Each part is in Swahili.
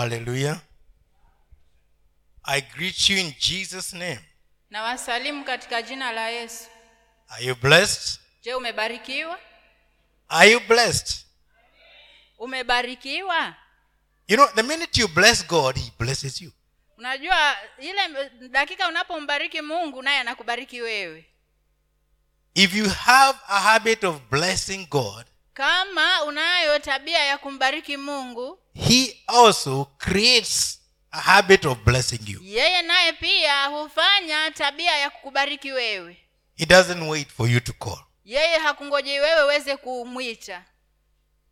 haleluya i greet you in jesus name na wasalimu katika jina la yesu are you blessed je umebarikiwa are you blessed umebarikiwa you know the minute you bless god he blesses you unajua ile dakika unapombariki mungu naye anakubariki wewe if you have a habit of blessing god kama unayo tabia ya kumbariki mungu he also creates a habit of blessing you yeye naye pia hufanya tabia ya kukubariki wewe he doesn't wait for you to call yeye hakungojei wewe uweze kumwita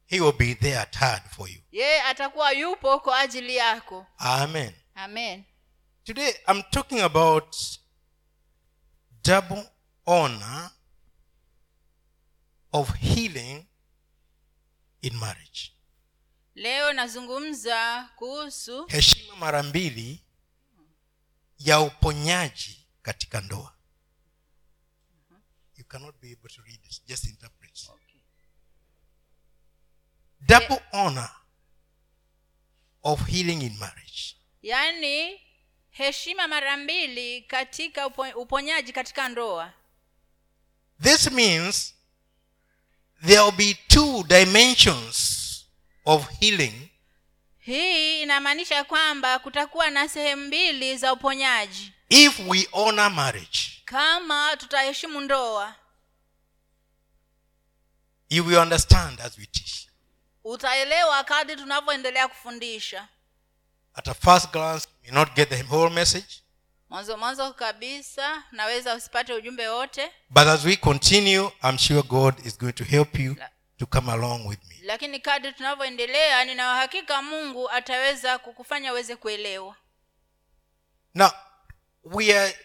he will be there at hand for you yeye atakuwa yupo kwa ajili yako amen amen Today I'm talking about double honor of healing in marriage. leo nazungumza kuhusu Heshima mara mbili ya uponyaji katika ndoa. You cannot be able to read it, just interpret. Double honor of healing in marriage. yaani heshima mara mbili katika upo- uponyaji katika ndoa This means there will be two dimensions of healing hii inamaanisha kwamba kutakuwa na sehemu mbili za uponyaji if we honor marriage. kama tutaheshimu ndoa If we understand as we teach. utaelewa kadri tunavyoendelea kufundisha At a first glance, you may not get the whole message, mwanzo mwanzo kabisa naweza usipate ujumbe wote but as we continue, I'm sure God is going to help you to come along with me. lakini kadri tunavyoendelea nina uhakika mungu ataweza kukufanya uweze kuelewa Now, we are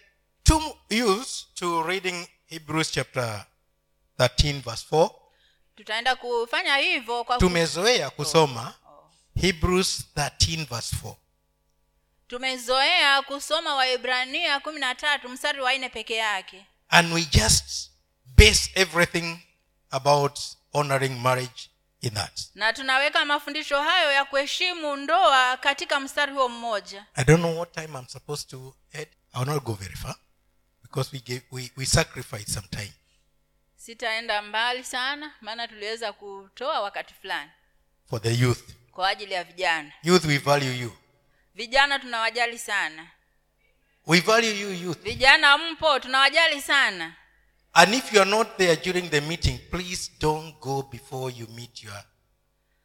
too used to reading Hebrews chapter 13, verse 4. tutaenda kufanya hivyo kwa ku- Oh. Tumezoea kusoma Hebrews 13, verse 4. tumezoea kusoma waibrania kumi na tatu mstari wa nne peke yake and we just base everything about honoring marriage in that. na tunaweka mafundisho hayo ya kuheshimu ndoa katika mstari huo mmoja I don't know what time I'm supposed to head. I'll not go very far because we gave, we, we sacrificed some time. sitaenda mbali sana maana tuliweza kutoa wakati fulani for the youth. kwa ajili ya vijana Youth, we value you. vijana tunawajali sana We value you, youth. vijana mpo tunawajali sana And if you are not there during the meeting, please don't go before you meet your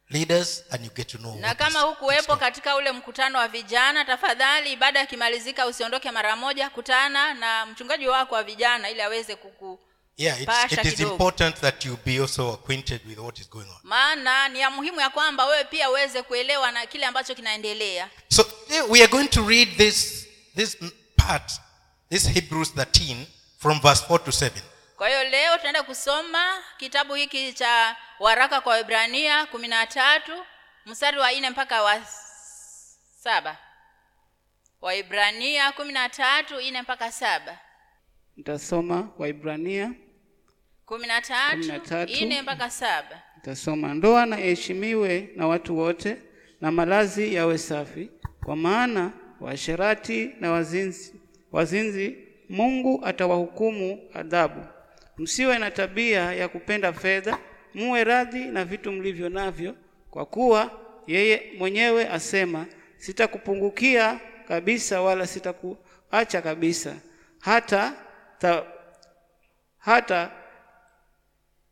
leaders and you get to know. Oh, na what kama is- what's hukuwepo going- katika ule mkutano wa vijana tafadhali baada ikimalizika usiondoke mara moja kutana na mchungaji wako wa vijana ili aweze kuku Yeah, it's, Pasha it is kidogo. important that you be also acquainted with what is going on. maana ni ya muhimu ya kwamba wewe pia uweze kuelewa na kile ambacho kinaendelea So today we are going to read this this part, this Hebrews 13 from verse 4 to 7. kwa hiyo leo tunaenda kusoma kitabu hiki cha waraka kwa wibrania kumi na tatu mstari wa nne mpaka wa s- saba waibrania kumi na tatu nne mpaka saba nitasoma waibrania kumi na tatu Kumi na tatu. nne mpaka saba nitasoma ndoa na iheshimiwe na watu wote na malazi yawe safi kwa maana waasherati na wazinzi wazinzi mungu atawahukumu adhabu msiwe na tabia ya kupenda fedha muwe radhi na vitu mlivyo navyo kwa kuwa yeye mwenyewe asema sitakupungukia kabisa wala sitakuacha kabisa hata ta, hata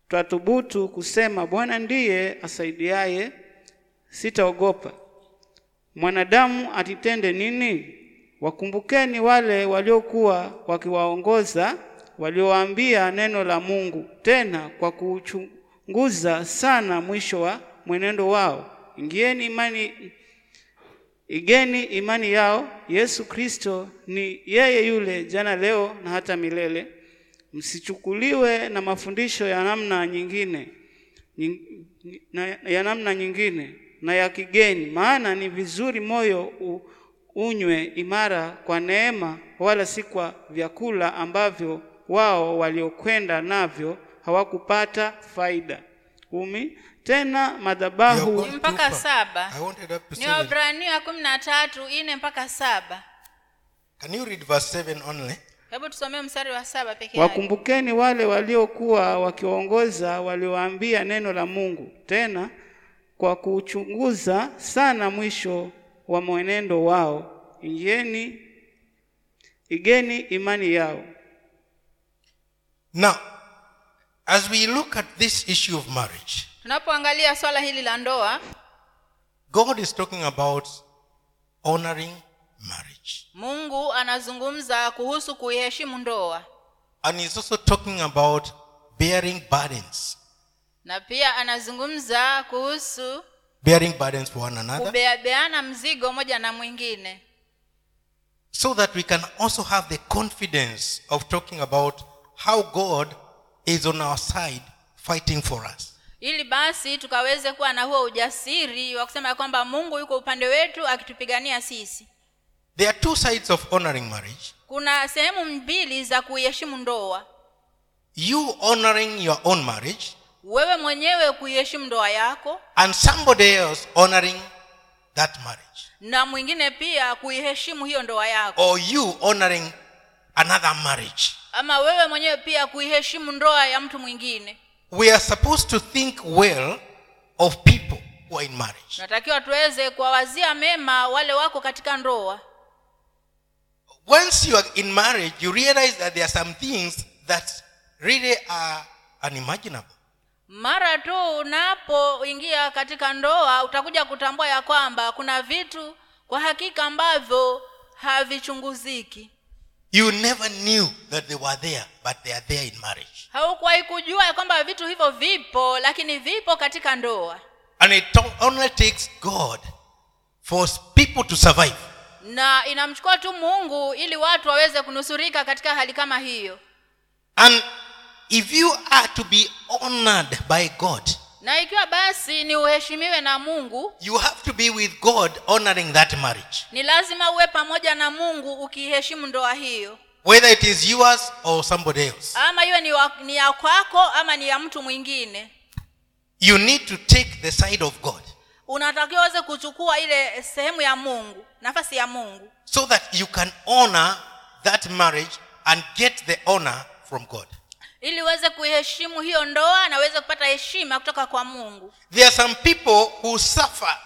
twathubutu kusema Bwana ndiye asaidiaye, sitaogopa. Mwanadamu atitende nini? Wakumbukeni wale waliokuwa wakiwaongoza, waliowaambia neno la Mungu, tena kwa kuchunguza sana mwisho wa mwenendo wao. Ingieni imani igeni imani yao. Yesu Kristo ni yeye yule jana, leo na hata milele. Msichukuliwe na mafundisho ya namna nyingine nying- na- ya namna nyingine na ya kigeni, maana ni vizuri moyo u, unywe imara kwa neema, wala si kwa vyakula ambavyo wao waliokwenda navyo hawakupata faida kumi tena madhabahu Your God- mpaka Tupa. saba I wanted up to ni 7. wabrania kumi na tatu ine mpaka saba Can you read verse 7 only? hebu tusomee mstari wa saba peke yake Wakumbukeni wale waliokuwa wakiwaongoza waliowaambia neno la Mungu, tena kwa kuchunguza sana mwisho wa mwenendo wao, ingieni igeni imani yao. Now, as we look at this issue of marriage, tunapoangalia swala hili la ndoa God is talking about honoring marriage. mungu anazungumza kuhusu kuiheshimu ndoa And He's also talking about bearing burdens, na pia anazungumza kuhusu bearing burdens for one another, kubeabeana mzigo moja na mwingine so that we can also have the confidence of talking about how God is on our side fighting for us. ili basi tukaweze kuwa na huo ujasiri wa kusema ya kwamba mungu yuko upande wetu akitupigania sisi There are two sides of honoring marriage kuna sehemu mbili za kuiheshimu ndoa you honoring your own marriage, wewe mwenyewe kuiheshimu ndoa yako and somebody else honoring that marriage. na mwingine pia kuiheshimu hiyo ndoa yako or you honoring another marriage. ama wewe mwenyewe pia kuiheshimu ndoa ya mtu mwingine We are supposed to think well of people who are in marriage. tunatakiwa tuweze kuwawazia mema wale wako katika ndoa Once you are in marriage, you realize that there are some things that really are unimaginable. mara tu unapoingia katika ndoa utakuja kutambua ya kwamba kuna vitu kwa hakika ambavyo havichunguziki You never knew that they were there, but they are there in marriage. haukuwahi kujua ya kwamba vitu hivyo vipo lakini vipo katika ndoa And it to- only takes God for people to survive. na inamchukua tu mungu ili watu waweze kunusurika katika hali kama hiyo And if you are to be honored by God, na ikiwa basi ni uheshimiwe na mungu you have to be with God honoring that marriage. ni lazima uwe pamoja na mungu ukiiheshimu ndoa hiyo whether it is yours or somebody else. ama iwe ni, wa, ni ya kwako ama ni ya mtu mwingine You need to take the side of God unatakiwa uweze kuchukua ile sehemu ya mungu nafasi ya mungu so that you can honor that marriage and get the honor from God. ili uweze kuiheshimu hiyo ndoa na uweze kupata heshima kutoka kwa mungu There are some people who suffer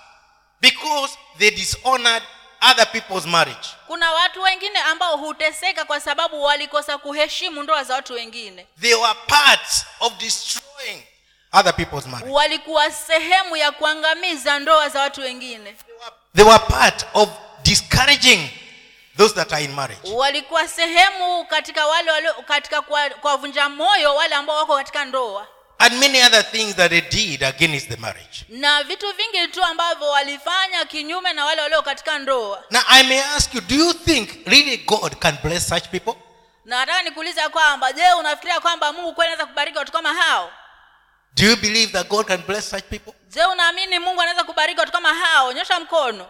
because they dishonored other people's marriage. kuna watu wengine ambao huteseka kwa sababu walikosa kuheshimu ndoa za watu wengine They were parts of destroying other people's marriage. walikuwa sehemu ya kuangamiza ndoa za watu wengine They were part of discouraging those that are in marriage. walikuwa sehemu katika wale walio katika kuwa- kuwavunja moyo wale ambao wako katika ndoa And many other things that they did against the marriage. na vitu vingi tu ambavyo walifanya kinyume na wale walio katika ndoa Now, I may ask you, do you think really God can bless such people? na nataka nikuuliza kwamba je unafikiria kwamba mungu kweli anaweza kubariki watu kama hao Do you believe that God can bless such people? je unaamini mungu anaweza kubariki watu kama hao nyosha mkono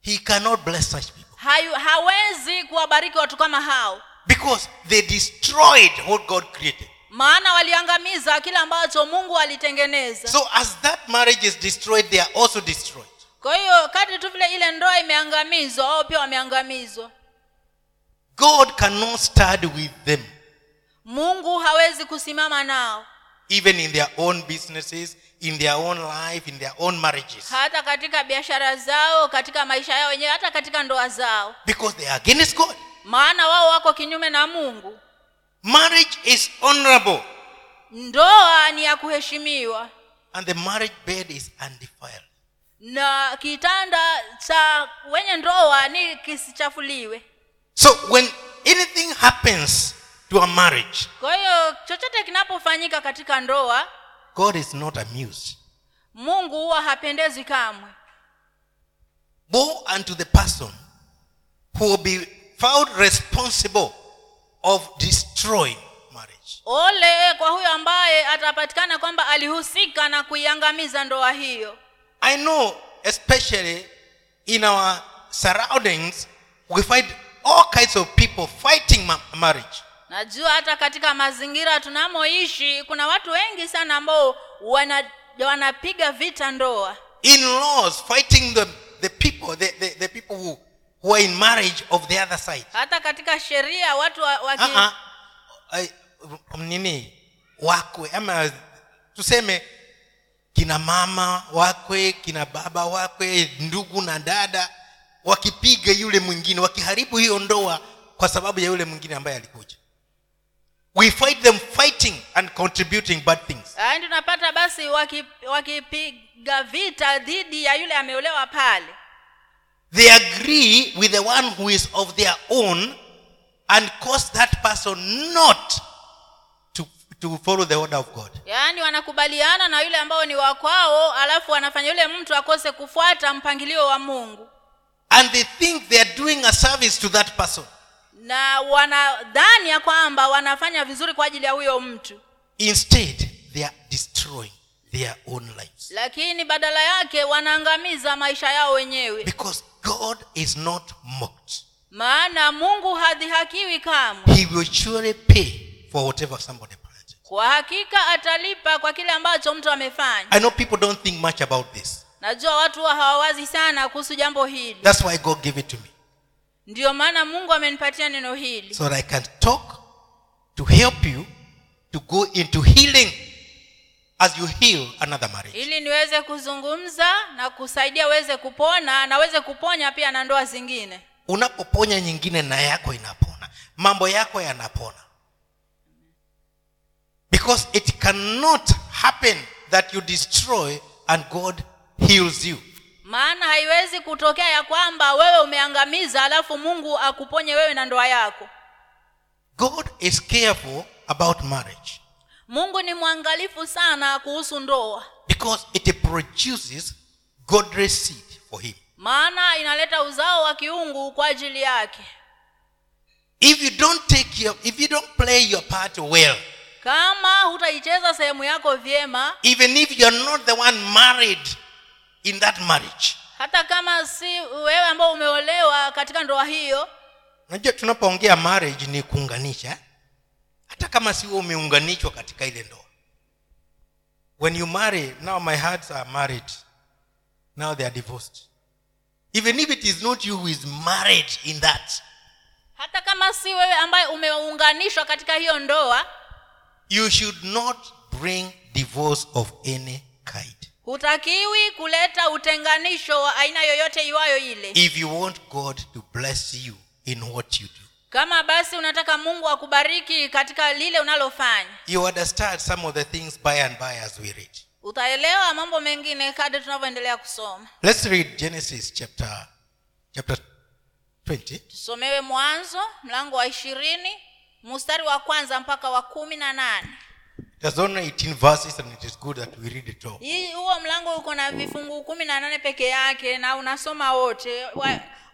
He cannot bless such people Hayu, hawezi kuwabariki watu kama hao because they destroyed what God created. maana waliangamiza kile ambacho mungu alitengeneza So, as that marriage is destroyed, they are also destroyed. kwa hiyo kati tu vile ile ndoa imeangamizwa wao pia wameangamizwa God cannot stand with them, mungu hawezi kusimama nao even in their own businesses, in their own life, in their own marriages, hata katika biashara zao katika maisha yao wenyewe hata katika ndoa zao because they are against God. maana wao wako kinyume na mungu Marriage is honorable, ndoa ni ya kuheshimiwa and the marriage bed is undefiled. na kitanda cha wenye ndoa ni kisichafuliwe So, when anything happens to a marriage, kwa hiyo chochote kinapofanyika katika ndoa God is not amused. mungu huwa hapendezwi kamwe Woe unto the person who will be found responsible of destroying marriage. ole kwa huyo ambaye atapatikana kwamba alihusika na kuiangamiza ndoa hiyo I know, especially in our surroundings, we find all kinds of people fighting ma- marriage. najua hata katika mazingira tunamoishi kuna watu wengi sana ambao wana, wanapiga vita ndoa in-laws fighting the, the people the, the, the people who, who are in marriage of the other side hata katika sheria watu wa, waki, uh-uh. I, ah. nini wakwe ama tuseme kina mama wakwe kina baba wakwe ndugu na dada wakipiga yule mwingine wakiharibu hiyo ndoa kwa sababu ya yule mwingine ambaye alikuja we fight them fighting and contributing bad things Yaani tunapata basi waki- wakipiga vita dhidi ya yule ameolewa pale they agree with the one who is of their own and cause that person not to, to follow the order of God. yaani wanakubaliana na yule ambao ni wakwao alafu wanafanya yule mtu akose kufuata mpangilio wa mungu And they think they are doing a service to that person. na wanadhani ya kwamba wanafanya vizuri kwa ajili ya huyo mtu Instead, they are destroying their own lives. lakini badala yake wanaangamiza maisha yao wenyewe Because God is not mocked. maana mungu hadhihakiwi kamwe He will surely pay for whatever somebody planted. kwa hakika atalipa kwa kile ambacho mtu amefanya I know people don't think much about this. najua watu wa hawawazi sana kuhusu jambo hili That's why God gave it to me. ndiyo maana mungu amenipatia neno hili so that I can talk to help you to go into healing as you heal another marriage. ili niweze kuzungumza na kusaidia weze kupona na weze kuponya pia na ndoa zingine Unapoponya nyingine na yako inapona, mambo yako yanapona. Because it cannot happen that you destroy and God heals you. maana haiwezi kutokea ya kwamba wewe umeangamiza alafu mungu akuponye wewe na ndoa yako God is careful about marriage mungu ni mwangalifu sana kuhusu ndoa because it produces godly seed for him. maana inaleta uzao wa kiungu kwa ajili yake If you don't take your if you don't play your part well, kama hutaicheza sehemu yako vyema even if you're not the one married in that marriage hata kama si wewe ambao umeolewa katika ndoa hiyo unajua tunapoongea marriage ni kuunganisha eh? hata kama siwe umeunganishwa katika ile ndoa when you marry now my hearts are married now they are divorced even if it is not you who is married in that hata kama si wewe ambaye umeunganishwa katika hiyo ndoa you should not bring divorce of any kind hutakiwi kuleta utenganisho wa aina yoyote iwayo ile if you want god to bless you in what you do kama basi unataka mungu akubariki katika lile unalofanya you understand some of the things by and by as we read utaelewa mambo mengine kadri tunavyoendelea kusoma Let's read Genesis chapter chapter 20. tusomewe mwanzo mlango wa ishirini mstari wa kwanza mpaka wa kumi na nane There's only 18 verses and it is good that we read it all. hii huo mlango uko na vifungu kumi na nane peke yake na unasoma wote wa,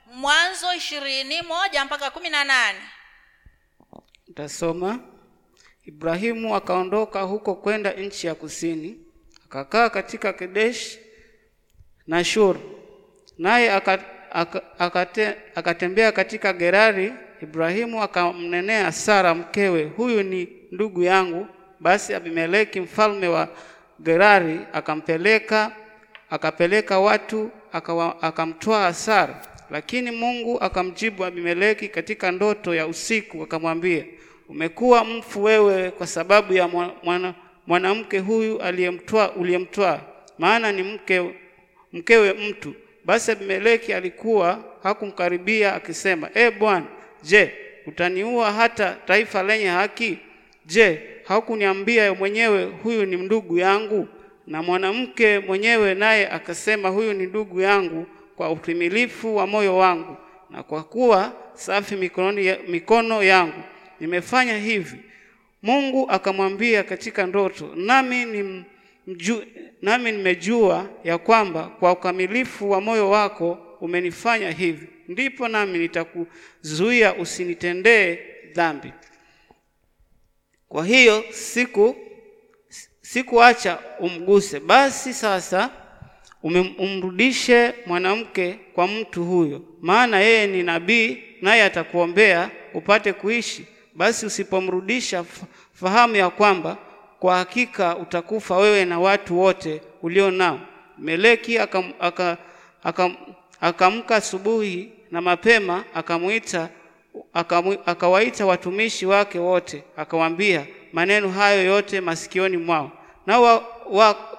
mwanzo ishirini moja mpaka kumi na nane Utasoma. Ibrahimu akaondoka huko kwenda nchi ya kusini, akakaa katika Kedesh na Shur, naye aka- aka- akate- akatembea katika Gerari. Ibrahimu akamnenea Sara mkewe, huyu ni ndugu yangu. Basi Abimeleki mfalme wa Gerari akampeleka akapeleka watu akawa, akamtwaa Sara. Lakini Mungu akamjibu Abimeleki katika ndoto ya usiku, akamwambia, umekuwa mfu wewe kwa sababu ya mwa- mwana, mwanamke huyu aliyemtwaa uliyemtwaa, maana ni mke mkewe mtu. Basi Abimeleki alikuwa hakumkaribia akisema, e Bwana, je, utaniua hata taifa lenye haki? Je, haukuniambia mwenyewe huyu ni ndugu yangu? Na mwanamke mwenyewe naye akasema, huyu ni ndugu yangu kwa utimilifu wa moyo wangu na kwa kuwa safi mikononi ya, mikono yangu nimefanya hivi. Mungu akamwambia katika ndoto, nami ni mju, nami nimejua ya kwamba kwa ukamilifu wa moyo wako umenifanya hivi, ndipo nami nitakuzuia usinitendee dhambi. Kwa hiyo siku sikuacha umguse. Basi sasa umem- umrudishe mwanamke kwa mtu huyo, maana yeye ni nabii, naye atakuombea upate kuishi. Basi usipomrudisha, fa- fahamu ya kwamba kwa hakika utakufa wewe na watu wote ulio nao. Meleki akam, aka, akam, akamka asubuhi na mapema akamwita akamu- akawaita watumishi wake wote akawaambia maneno hayo yote masikioni mwao nao wa, wa,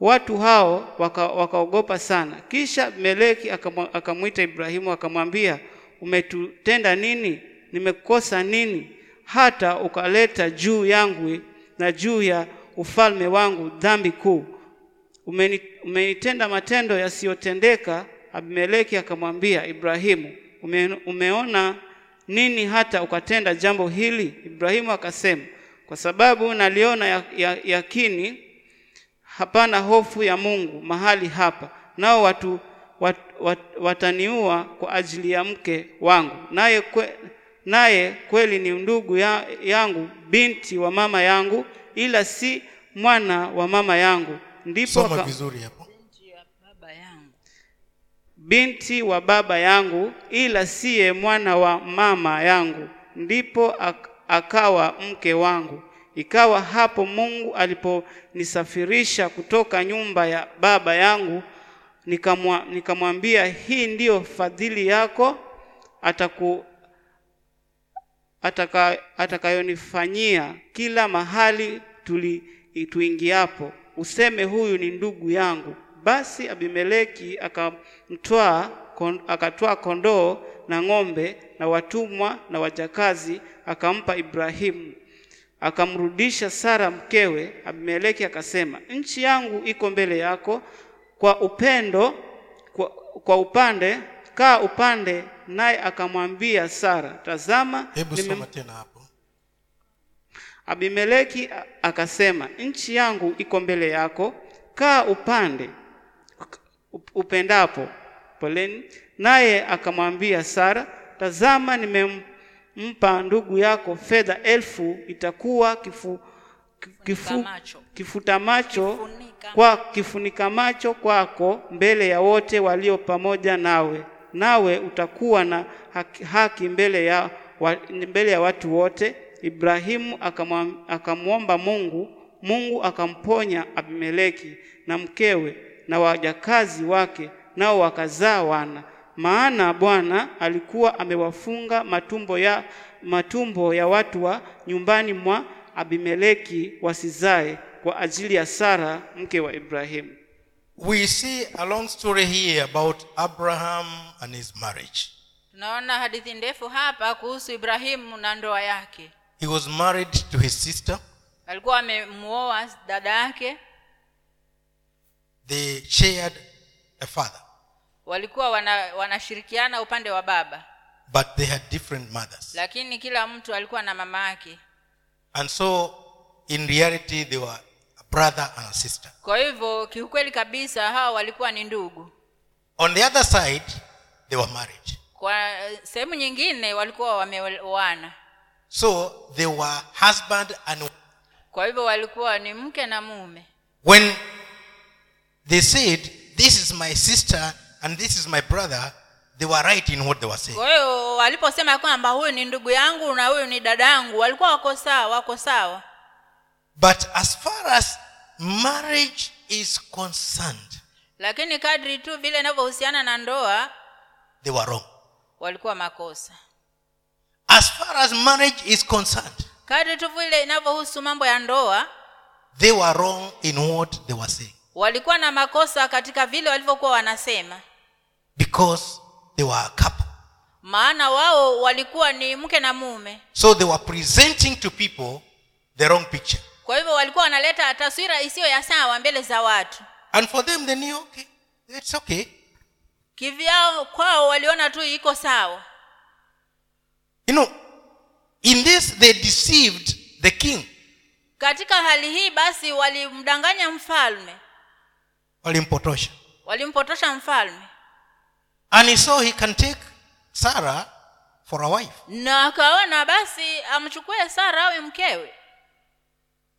Watu hao waka- wakaogopa sana. Kisha Meleki akamwa- akamwita Ibrahimu akamwambia, umetutenda nini? Nimekosa nini hata ukaleta juu yangu na juu ya ufalme wangu dhambi kuu? Umeni- Umenitenda matendo yasiyotendeka. Abimeleki akamwambia Ibrahimu, "Ume- umeona nini hata ukatenda jambo hili? Ibrahimu akasema, kwa sababu naliona ya- ya- yakini hapana hofu ya Mungu mahali hapa, nao watu wat, wat, wataniua kwa ajili ya mke wangu, naye kwe, naye kweli ni ndugu ya, yangu binti wa mama yangu, ila si mwana wa mama yangu. Ndipo soma aka- vizuri hapo baba yangu binti wa baba yangu, ila siye mwana wa mama yangu. Ndipo ak- akawa mke wangu. Ikawa hapo Mungu aliponisafirisha kutoka nyumba ya baba yangu, nikamwa- nikamwambia, hii ndiyo fadhili yako ataku, ataka, atakayonifanyia kila mahali tuli, tuingiapo, useme huyu ni ndugu yangu. Basi Abimeleki akamtwaa kon, akatwaa kondoo na ng'ombe na watumwa na wajakazi akampa Ibrahimu akamrudisha Sara mkewe. Abimeleki akasema, nchi yangu iko mbele yako, kwa upendo kwa, kwa upande kaa upande. Naye akamwambia Sara, tazama, hebu nime- soma tena hapo Abimeleki a- akasema, nchi yangu iko mbele yako, kaa upande up- upendapo. Poleni. Naye akamwambia Sara, tazama, nimempa ndugu yako fedha elfu, itakuwa kifu, kifu, macho. kifuta macho Kifunika. kwa kifunika macho kwako mbele ya wote walio pamoja nawe, nawe utakuwa na haki, haki mbele ya wa, mbele ya watu wote. Ibrahimu akamwam- akamwomba Mungu, Mungu akamponya Abimeleki na mkewe na wajakazi wake, nao wakazaa wana, maana Bwana alikuwa amewafunga matumbo ya matumbo ya watu wa nyumbani mwa Abimeleki wasizae kwa ajili ya Sara mke wa Ibrahimu. we see a long story here about abraham and his marriage tunaona hadithi ndefu hapa kuhusu ibrahimu na ndoa yake he was married to his sister alikuwa amemuoa dada yake they shared a father walikuwa wana, wanashirikiana upande wa baba but they had different mothers lakini kila mtu alikuwa na mama yake and so in reality they were a brother and a sister kwa hivyo kiukweli kabisa hawa walikuwa ni ndugu on the other side they were married kwa sehemu nyingine walikuwa wameoana so they were husband and kwa hivyo walikuwa ni mke na mume when they said this is my sister and this is my brother they were right in what they were saying kwa hiyo waliposema kwamba huyu ni ndugu yangu na huyu ni dada yangu walikuwa wako sawa wako sawa but as far as marriage is concerned lakini kadri tu vile inavyohusiana na ndoa they were wrong walikuwa makosa as far as marriage is concerned kadri tu vile inavyohusu mambo ya ndoa they were wrong in what they were saying walikuwa na makosa katika vile walivyokuwa wanasema because they were a couple maana wao walikuwa ni mke na mume so they were presenting to people the wrong picture kwa hivyo walikuwa wanaleta taswira isiyo ya sawa mbele za watu and for them they knew okay it's okay kivyao kwao waliona tu iko sawa you know in this they deceived the king katika hali hii basi walimdanganya mfalme walimpotosha walimpotosha mfalme and he saw he can take sarah for a wife na akaona basi amchukue sara awe mkewe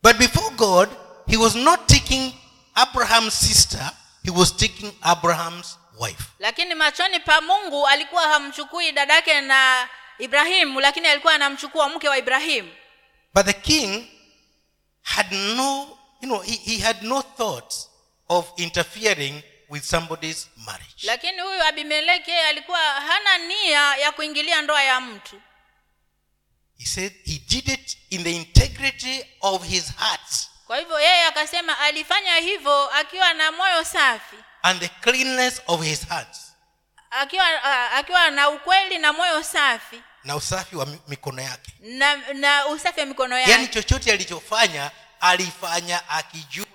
but before god he was not taking abraham's sister he was taking abraham's wife lakini machoni pa mungu alikuwa hamchukui dadake na ibrahimu lakini alikuwa anamchukua mke wa ibrahimu but the king had no, you know, he, he had no thoughts of interfering with somebody's marriage. lakini huyu abimeleki alikuwa hana nia ya kuingilia ndoa ya mtu He said he did it in the integrity of his heart kwa hivyo yeye akasema alifanya hivyo akiwa na moyo safi and the cleanness of his hands akiwa a- akiwa na ukweli na moyo safi na usafi wa mi- mikono yake. na na usafi wa mikono Yaani yake chochote alichofanya alifanya akijua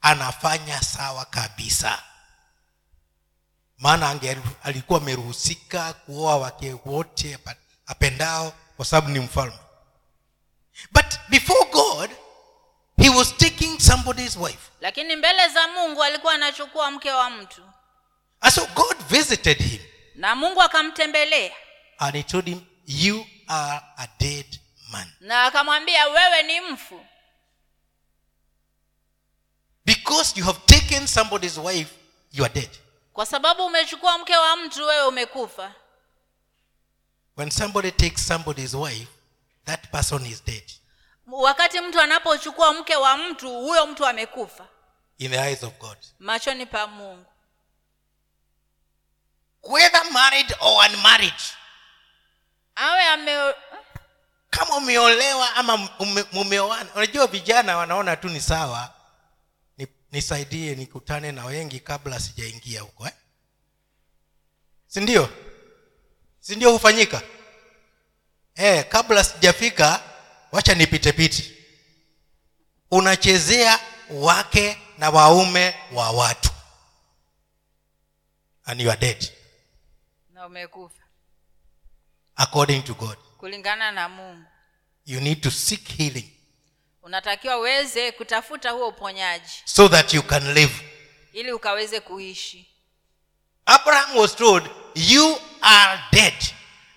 anafanya sawa kabisa, maana ange alikuwa ameruhusika kuoa wake wote apa- apendao, kwa sababu ni mfalme. But before God he was taking somebody's wife, lakini mbele za mungu alikuwa anachukua mke wa mtu and so God visited him na mungu akamtembelea and he told him, "You are a dead man." na akamwambia wewe ni mfu Because you have taken somebody's wife, you are dead. kwa sababu umechukua mke wa mtu wewe umekufa When somebody takes somebody's wife, that person is dead wakati mtu anapochukua mke wa mtu huyo mtu amekufa in the eyes of God. machoni pa mungu Whether married or unmarried, awe ame kama umeolewa ama ume- mumeoana, unajua vijana wanaona tu ni sawa, ni, nisaidie nikutane na wengi kabla sijaingia huko eh? si ndio? Si ndio hufanyika eh, kabla sijafika, wacha nipitepite. Unachezea wake na waume wa watu, and you are dead na umekufa according to God. kulingana na mungu You need to seek healing unatakiwa uweze kutafuta huo uponyaji so that you can live. ili ukaweze kuishi Abraham was told, You are dead.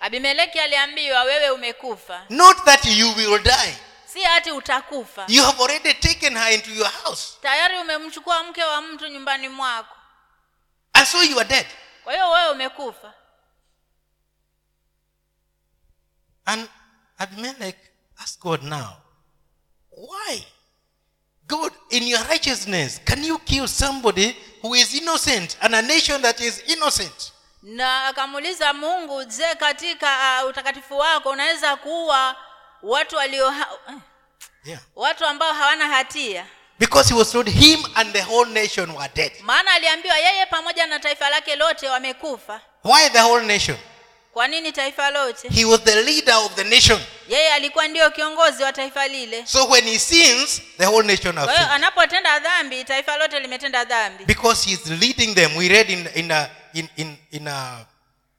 abimeleki aliambiwa wewe umekufa Not that you will die. si hati utakufa You have already taken her into your house. tayari umemchukua mke wa mtu nyumbani mwako And so you are dead. kwa hiyo wewe umekufa And Abimelech asked God now, Why? God, in your righteousness, can you kill somebody who is innocent and a nation that is innocent? na akamuuliza mungu je katika uh, utakatifu wako unaweza kuua watu walio ha- eh, Yeah. watu ambao hawana hatia Because he was told, Him and the whole nation were dead. maana aliambiwa yeye pamoja na taifa lake lote wamekufa Why the whole nation? kwa nini taifa lote He was the leader of the nation. yeye alikuwa ndiyo kiongozi wa taifa lile So when he sins, the whole nation has kwa hiyo sinned. anapotenda dhambi taifa lote limetenda dhambi Because he's leading them. We read in in uh, in in in, uh,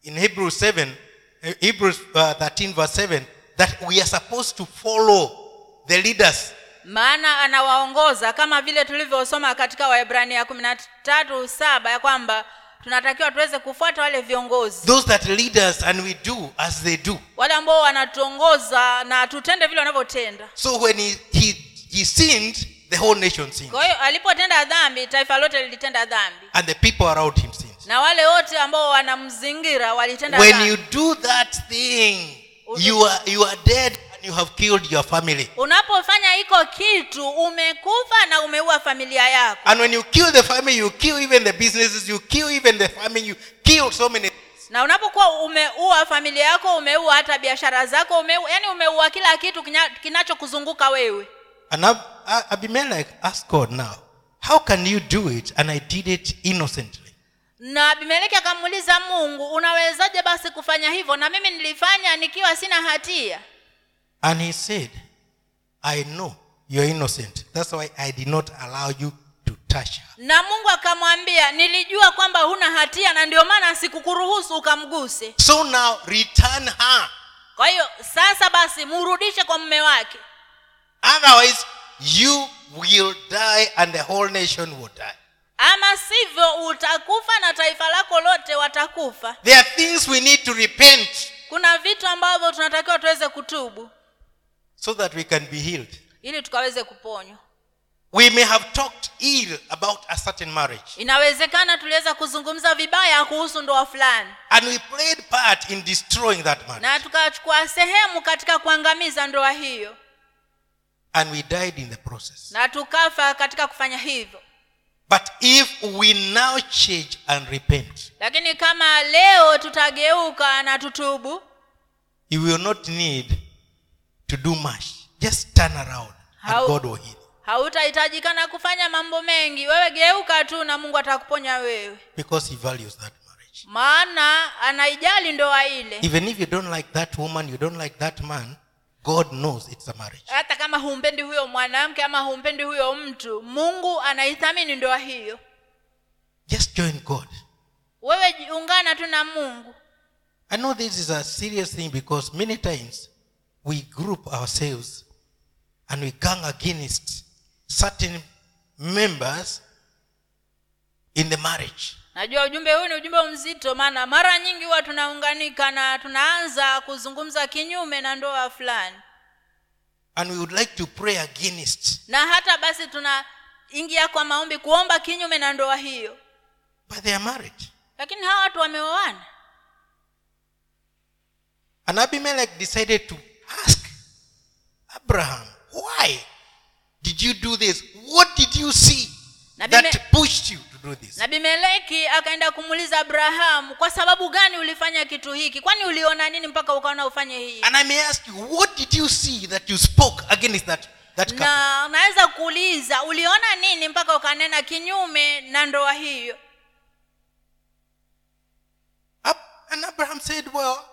in Hebrews seven, uh, Hebrews uh, thirteen verse seven, that we are supposed to follow the leaders. maana anawaongoza kama vile tulivyosoma katika waebrania kumi na tatu saba ya kwamba tunatakiwa tuweze kufuata wale viongozi Those that lead us and we do as they do. wale ambao wanatuongoza na tutende vile wanavyotenda So when he he he sinned, the whole nation sinned, kwa hiyo alipotenda dhambi taifa lote lilitenda dhambi and the people around him sinned. na wale wote ambao wanamzingira walitenda When dhambi you do that thing, you are you are dead and you have killed your family. unapofanya hiko kitu umekufa na umeua familia yako And when you kill the family, you kill even the businesses, you kill even the family, you kill so many. na unapokuwa umeua familia yako umeua hata biashara zako umeua, yani umeua kila kitu kinya- kinachokuzunguka wewe And Ab- A- Abimelech asked God now, How can you do it? And I did it innocently. na abimeleki akamuuliza mungu unawezaje basi kufanya hivyo na mimi nilifanya nikiwa sina hatia And he said, I know you're innocent. That's why I did not allow you to touch her. na mungu akamwambia nilijua kwamba huna hatia na ndio maana sikukuruhusu ukamguse So now return her. kwa hiyo sasa basi murudishe kwa mume wake Otherwise, you will die and the whole nation will die. ama sivyo utakufa na taifa lako lote watakufa There are things we need to repent kuna vitu ambavyo tunatakiwa tuweze kutubu so that we can be healed. ili tukaweze kuponywa We may have talked ill about a certain marriage. inawezekana tuliweza kuzungumza vibaya kuhusu ndoa fulani And we played part in destroying that marriage. na tukachukua sehemu katika kuangamiza ndoa hiyo and we died in the process. na tukafa katika kufanya hivyo But if we now change and repent, lakini kama leo tutageuka na tutubu you will not need to do much. Just turn around and How- God will heal. hautahitajikana kufanya mambo mengi wewe geuka tu na mungu atakuponya wewe Because He values that marriage. maana anaijali ndoa ile Even if you don't like that woman, you don't like that man, God knows it's a marriage. hata kama humpendi huyo mwanamke ama humpendi huyo mtu mungu anaithamini ndoa hiyo Just join God. wewe jiungana tu na mungu I know this is a serious thing because many times we group ourselves and we gang against certain members in the marriage. najua ujumbe huu ni ujumbe mzito maana mara nyingi huwa tunaunganika na tunaanza kuzungumza kinyume na ndoa fulani And we would like to pray against, na hata basi tunaingia kwa maombi kuomba kinyume na ndoa hiyo but they are married. lakini hawa watu wameoana And Abimelech decided to ask Abraham, why did you do this? What did you see Na that Abime- pushed you to do this? na bimeleki akaenda kumuuliza abrahamu kwa sababu gani ulifanya kitu hiki kwani uliona nini mpaka ukaona ufanye hii And I may ask you, what did you see that you spoke against that, that couple? na naweza kuuliza uliona nini mpaka ukanena kinyume na ndoa hiyo Ab- and Abraham said, Well,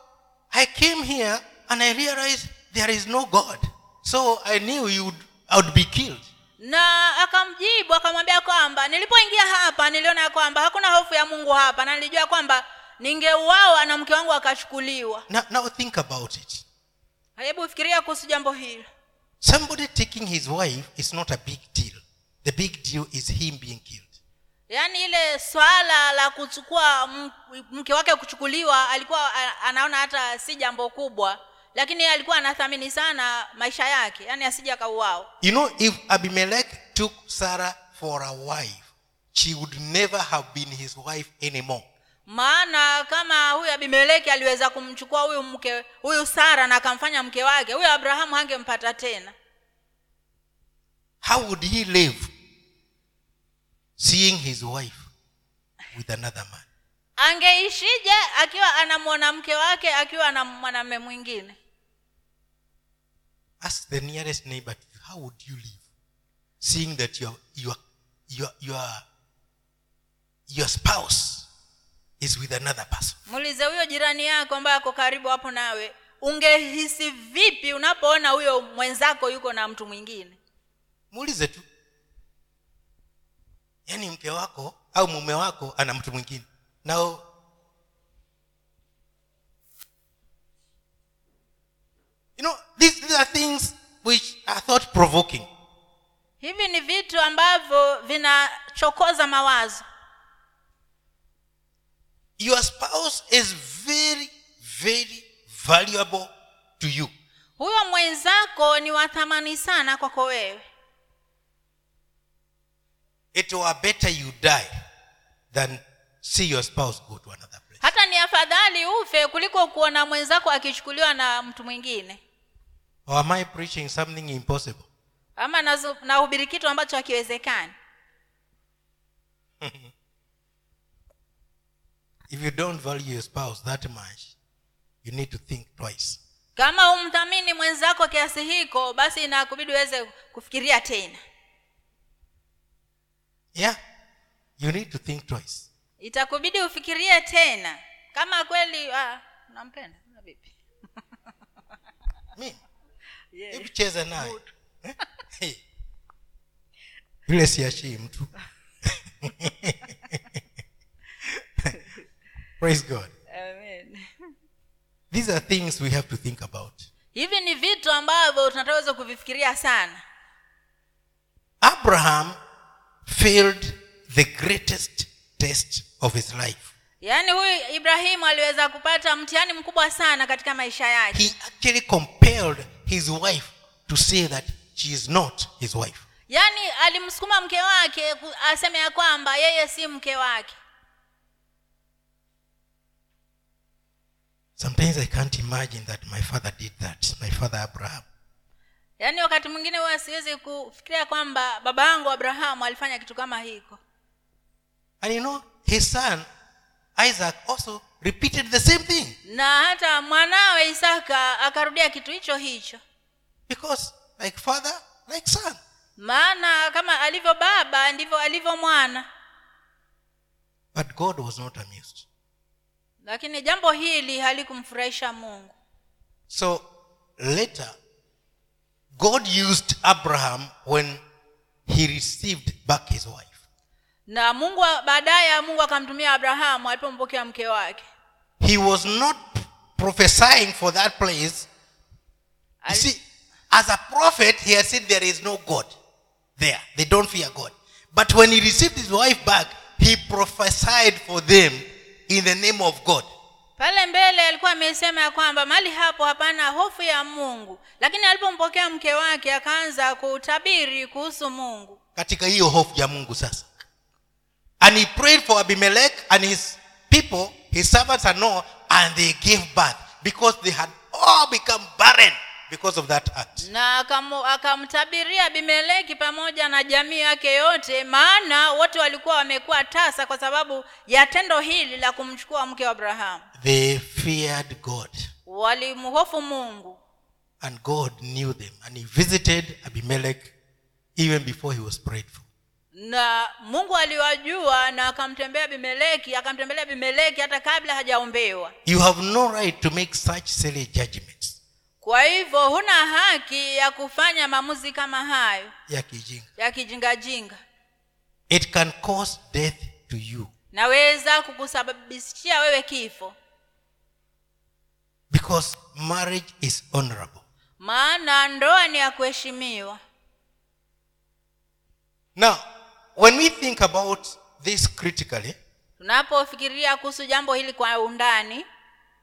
I came here and I realized there is no God. So I knew you would, I would be killed. na akamjibu akamwambia kwamba nilipoingia hapa niliona ya kwamba hakuna hofu ya mungu hapa na nilijua kwamba ningeuawa na mke wangu akachukuliwa Now, now think about it. hebu fikiria kuhusu jambo hilo Somebody taking his wife is not a big deal. The big deal is him being killed. yaani ile swala la kuchukua m- mke wake kuchukuliwa alikuwa a- anaona hata si jambo kubwa lakini yeye alikuwa anathamini sana maisha yake yaani asije akauawa You know, if Abimelech took Sarah for a wife, she would never have been his wife anymore. maana kama huyu abimeleki aliweza kumchukua huyu mke huyu sara na akamfanya mke wake huyu abrahamu hangempata tena How would he live seeing his wife with another man? angeishije akiwa anamwona mke wake akiwa na mwanamume mwingine ask the nearest neighbor to you, how would you live seeing that your your your your your spouse is with another person muulize huyo jirani yako ambaye ako karibu hapo nawe ungehisi vipi unapoona huyo mwenzako yuko na mtu mwingine muulize tu yaani mke wako au mume wako ana mtu mwingine na You know, these, these are things which are thought provoking. hivi ni vitu ambavyo vinachokoza mawazo Your spouse is very, very valuable to you. huyo mwenzako ni wa thamani sana kwako wewe It were better you die than see your spouse go to another place. hata ni afadhali ufe kuliko kuona mwenzako akichukuliwa na mtu mwingine Or am I preaching something impossible? ama nazo- nahubiri kitu ambacho hakiwezekani If you don't value your spouse that much, you need to think twice. kama umthamini mwenzako kiasi hiko basi inakubidi uweze kufikiria tena Yeah? You need to think twice. itakubidi ufikirie tena kama kweli ah, nampenda na vipi Me, yeah. if cheza naye. Eh? Yule siashii mtu. Praise God. Amen. These are things we have to think about. hivi ni vitu ambavyo tunataweza kuvifikiria sana Abraham failed the greatest test of his life. yaani huyu ibrahimu aliweza kupata mtihani mkubwa sana katika maisha yake He actually compelled his wife to say that she is not his wife. yaani alimsukuma mke wake ku- aseme ya kwamba yeye si mke wake Sometimes I can't imagine that my father did that, my father Abraham. yaani wakati mwingine huwa siwezi kufikiria kwamba baba yangu abrahamu alifanya kitu kama hiko And you know, his son, Isaac, also repeated the same thing na hata mwanawe isaka akarudia kitu hicho hicho because, like father, like son. maana kama alivyo baba ndivyo alivyo mwana But God was not amused. lakini jambo hili halikumfurahisha mungu So later, God used Abraham when he received back his wife. na mungu a- baadaye mungu akamtumia abrahamu alipompokea mke wake He was not prophesying for that place. You Al- see, as a prophet, he has said there is no God there. They don't fear God. But when he received his wife back, he prophesied for them in the name of God. pale mbele alikuwa amesema ya kwamba mali hapo hapana hofu ya mungu lakini alipompokea mke wake akaanza kutabiri kuhusu mungu katika hiyo hofu ya mungu sasa and he prayed for abimelech and his people his servants and all and they gave birth because they had all become barren because of that act na akamu- akamtabiria abimeleki pamoja na jamii yake yote maana wote walikuwa wamekuwa tasa kwa sababu ya tendo hili la kumchukua mke wa abrahamu they feared god walimhofu mungu and god knew them and he visited abimelech even before he was prayed for na mungu aliwajua na akamtembea abimeleki akamtembelea abimeleki hata kabla hajaombewa you have no right to make such silly judgments kwa hivyo huna haki ya kufanya maamuzi kama hayo ya kijinga ya kijingajinga it can cause death to you naweza kukusababishia wewe kifo because marriage is honorable maana ndoa ni ya kuheshimiwa Now, when we think about this critically, tunapofikiria kuhusu jambo hili kwa undani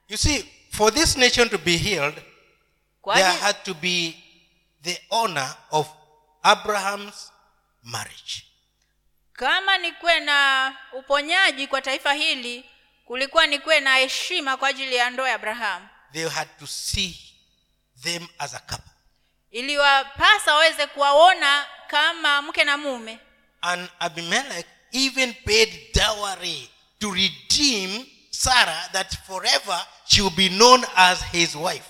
you see, for this nation to be healed, kwa there ajili- had to be the honor of Abraham's marriage. kama ni kuwe na uponyaji kwa taifa hili kulikuwa ni kuwe na heshima kwa ajili ya ndoa ya abrahamu They had to see them as a couple. iliwapasa waweze kuwaona kama mke na mume And Abimelech even paid dowry to redeem Sarah that forever she would be known as his wife.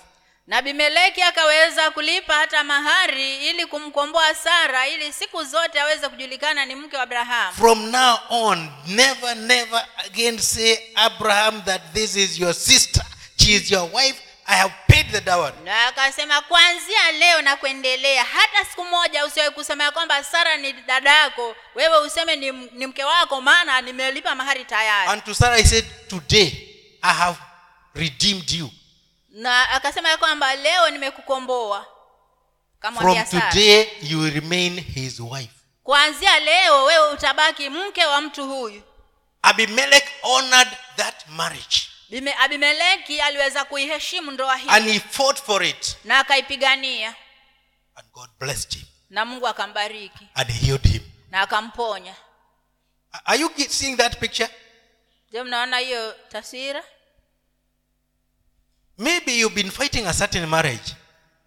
na abimeleki akaweza kulipa hata mahari ili kumkomboa sara ili siku zote aweze kujulikana ni mke wa abrahamu From now on, never, never again say, Abraham, that this is your sister. She is your wife. I have paid the dowry. na akasema kuanzia leo na kuendelea hata siku moja usiwahi kusema ya kwamba sara ni dada yako wewe useme ni, ni mke wako maana nimelipa mahari tayari And to Sarah, he said, Today I have redeemed you. na akasema ya kwamba leo nimekukomboa From kamwambia sara today, you will remain his wife. kuanzia leo wewe utabaki mke wa mtu huyu Abimelech honored that marriage Bime- abimeleki aliweza kuiheshimu ndoa hii and he fought for it. na akaipigania And God blessed him na mungu akambariki and healed him. na akamponya Are you ge- seeing that picture? je mnaona hiyo taswira Maybe you've been fighting a certain marriage.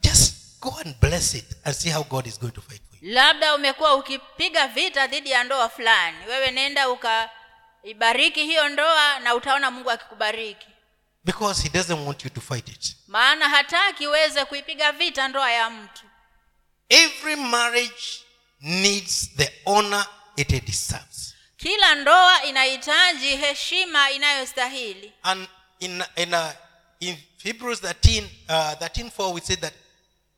Just go and bless it and see how God is going to fight for you. labda umekuwa ukipiga vita dhidi ya ndoa fulani wewe nenda ukaibariki hiyo ndoa na utaona mungu akikubariki Because he doesn't want you to fight it. maana hataki uweze kuipiga vita ndoa ya mtu Every marriage needs the honor it deserves. kila ndoa inahitaji heshima inayostahili And in, in, uh, in Hebrews 13, uh, 13 4, we say that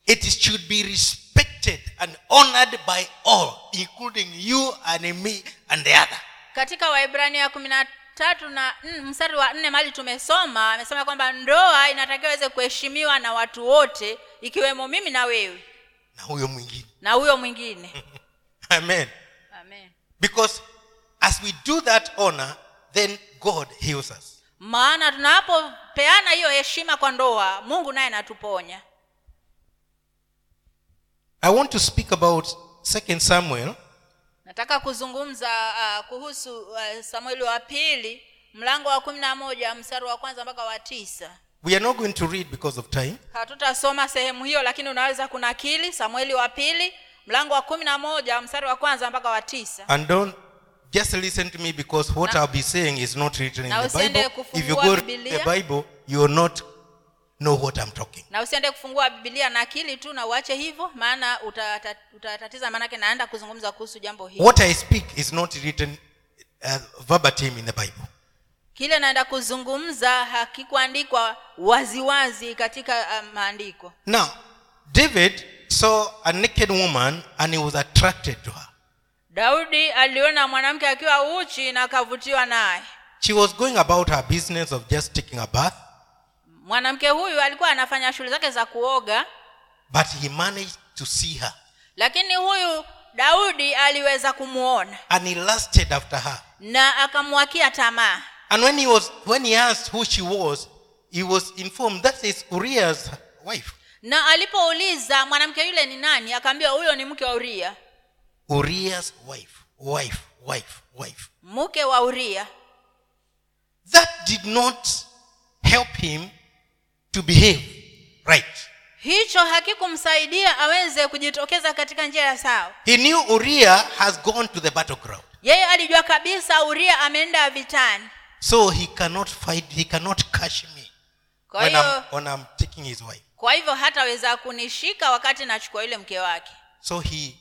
it should be respected and honored by all, including you and me and the other. katika waibrania ya kumi na tatu na mm, mstari wa nne mali tumesoma amesema kwamba ndoa inatakiwa iweze kuheshimiwa na watu wote ikiwemo mimi na wewe Na huyo mwingine. na huyo mwingine Amen. amen Because as we do that honor, then God heals us. maana tunapopeana hiyo heshima kwa ndoa mungu naye natuponya I want to speak about 2 Samuel nataka kuzungumza uh, kuhusu uh, samueli wa pili mlango wa kumi na moja mstari wa kwanza mpaka wa tisa we are not going to read because of time hatutasoma sehemu hiyo lakini unaweza kunakili samueli wa pili mlango wa kumi na moja mstari wa kwanza mpaka wa tisa and don't just listen to me because what i'll be saying is not written in Na the usiende bible if you kufungua go to Biblia. the bible you will not know what i'm talking na usiende kufungua bibilia na akili tu na uache hivyo maana utata- utatatiza maanake naenda kuzungumza kuhusu jambo hili what i speak is not written uh, verbatim in the bible kile naenda kuzungumza hakikuandikwa waziwazi katika uh, maandiko now david saw a naked woman and he was attracted to her daudi aliona mwanamke akiwa uchi na akavutiwa naye she was going about her business of just taking a bath mwanamke huyu alikuwa anafanya shughuli zake za kuoga but he managed to see her lakini huyu daudi aliweza kumwona and he lusted after her na akamwakia tamaa and when he was when he asked who she was he was informed that is uriah's wife na alipouliza mwanamke yule ni nani akaambia huyo ni mke wa uria uriah's wife wife wife wife mke wa uria that did not help him to behave right hicho hakikumsaidia aweze kujitokeza katika njia ya sawa he knew uriah has gone to the battleground yeye alijua kabisa uria ameenda vitani so he cannot fight he cannot catch me kwa when I'm, hiyo when I'm taking his wife kwa hivyo hataweza kunishika wakati nachukua yule mke wake so he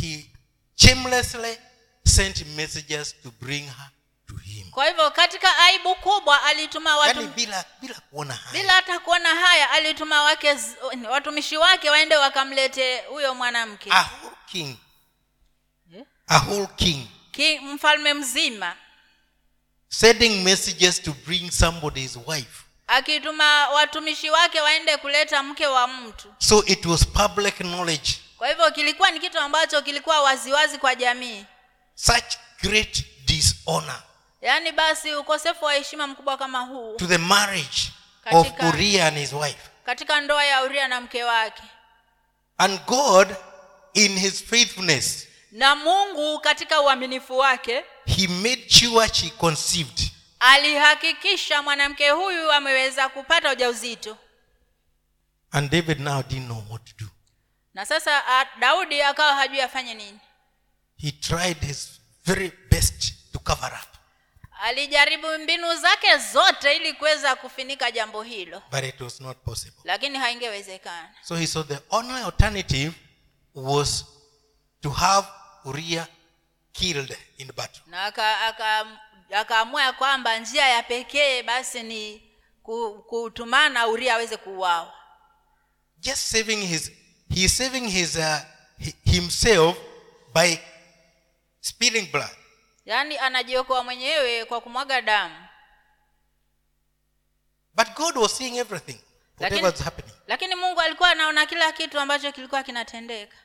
he shamelessly sent messages to bring her to him kwa hivyo katika aibu kubwa alituma yani watu bila bila kuona haya bila hata kuona haya alituma wake z- watumishi wake waende wakamlete huyo mwanamke a whole king a whole king Ki, mfalme mzima sending messages to bring somebody's wife akituma watumishi wake waende kuleta mke wa mtu so it was public knowledge kwa hivyo kilikuwa ni kitu ambacho kilikuwa waziwazi kwa jamii such great dishonor yaani basi ukosefu wa heshima mkubwa kama huu to the marriage Katika- of Uriah and his wife. katika ndoa ya uria na mke wake And God, in his faithfulness, na mungu katika uaminifu wake he made sure she conceived. alihakikisha mwanamke huyu ameweza kupata ujauzito And David now didn't know what to do. na sasa a, daudi akawa hajui afanye nini He tried his very best to cover up, alijaribu mbinu zake zote ili kuweza kufinika jambo hilo but it was not possible. lakini haingewezekana So he saw the only alternative was to have Uriah killed in battle. na aka- aka- akaamua ya kwamba njia ya pekee basi ni ku- kutumana uria aweze kuuawa Just saving his, he's saving his, uh, hi- himself by spilling blood. yaani anajiokoa mwenyewe kwa kumwaga damu But God was seeing everything, whatever Lakini- was happening. lakini mungu alikuwa anaona kila kitu ambacho kilikuwa kinatendeka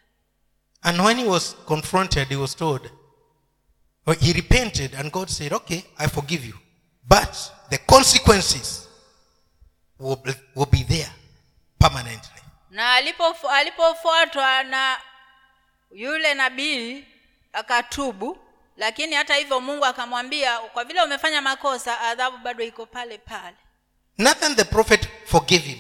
And when he was confronted, he was told, or he repented, and God said, Okay, I forgive you. But the consequences will be, will be there permanently. na alipofu- alipofuatwa na yule nabii akatubu lakini hata hivyo mungu akamwambia kwa vile umefanya makosa adhabu bado iko pale pale Nathan the prophet forgave him,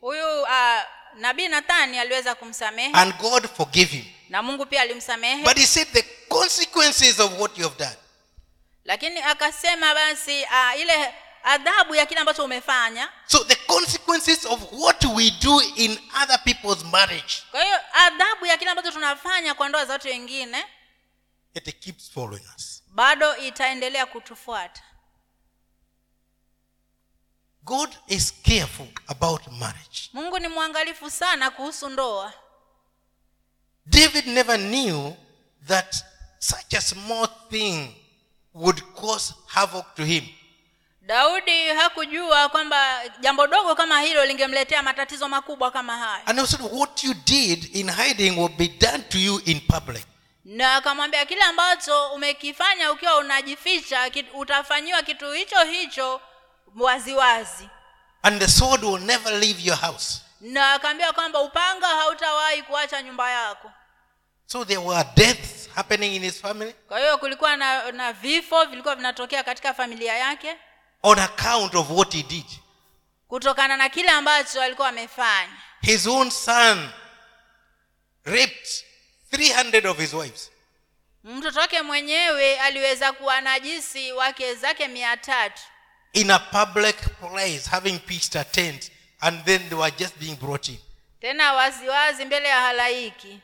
huyu uh, nabii nathani aliweza kumsamehe and God forgave him. na mungu pia alimsamehe But he said, The consequences of what you have done, lakini akasema basi uh, ile adhabu ya kile ambacho umefanya so the consequences of what we do in other people's marriage, kwa hiyo adhabu ya kile ambacho tunafanya kwa ndoa za watu wengine it keeps following us. bado itaendelea kutufuata God is careful about marriage. mungu ni mwangalifu sana kuhusu ndoa David never knew that such a small thing would cause havoc to him. daudi hakujua kwamba jambo dogo kama hilo lingemletea matatizo makubwa kama hayo And he said, What you did in hiding will be done to you in public. na akamwambia kile ambacho umekifanya ukiwa unajificha ki- utafanyiwa kitu hicho hicho waziwazi And the sword will never leave your house. na akaambia kwamba upanga hautawahi kuacha nyumba yako So there were deaths happening in his family kwa hiyo kulikuwa na, na vifo vilikuwa vinatokea katika familia yake on account of what he did. kutokana na kile ambacho alikuwa amefanya His own son raped 300 of his wives. mtoto wake mwenyewe aliweza kuwa najisi wake zake mia tatu in a public place having pitched a tent and then they were just being brought in tena waziwazi mbele ya halaiki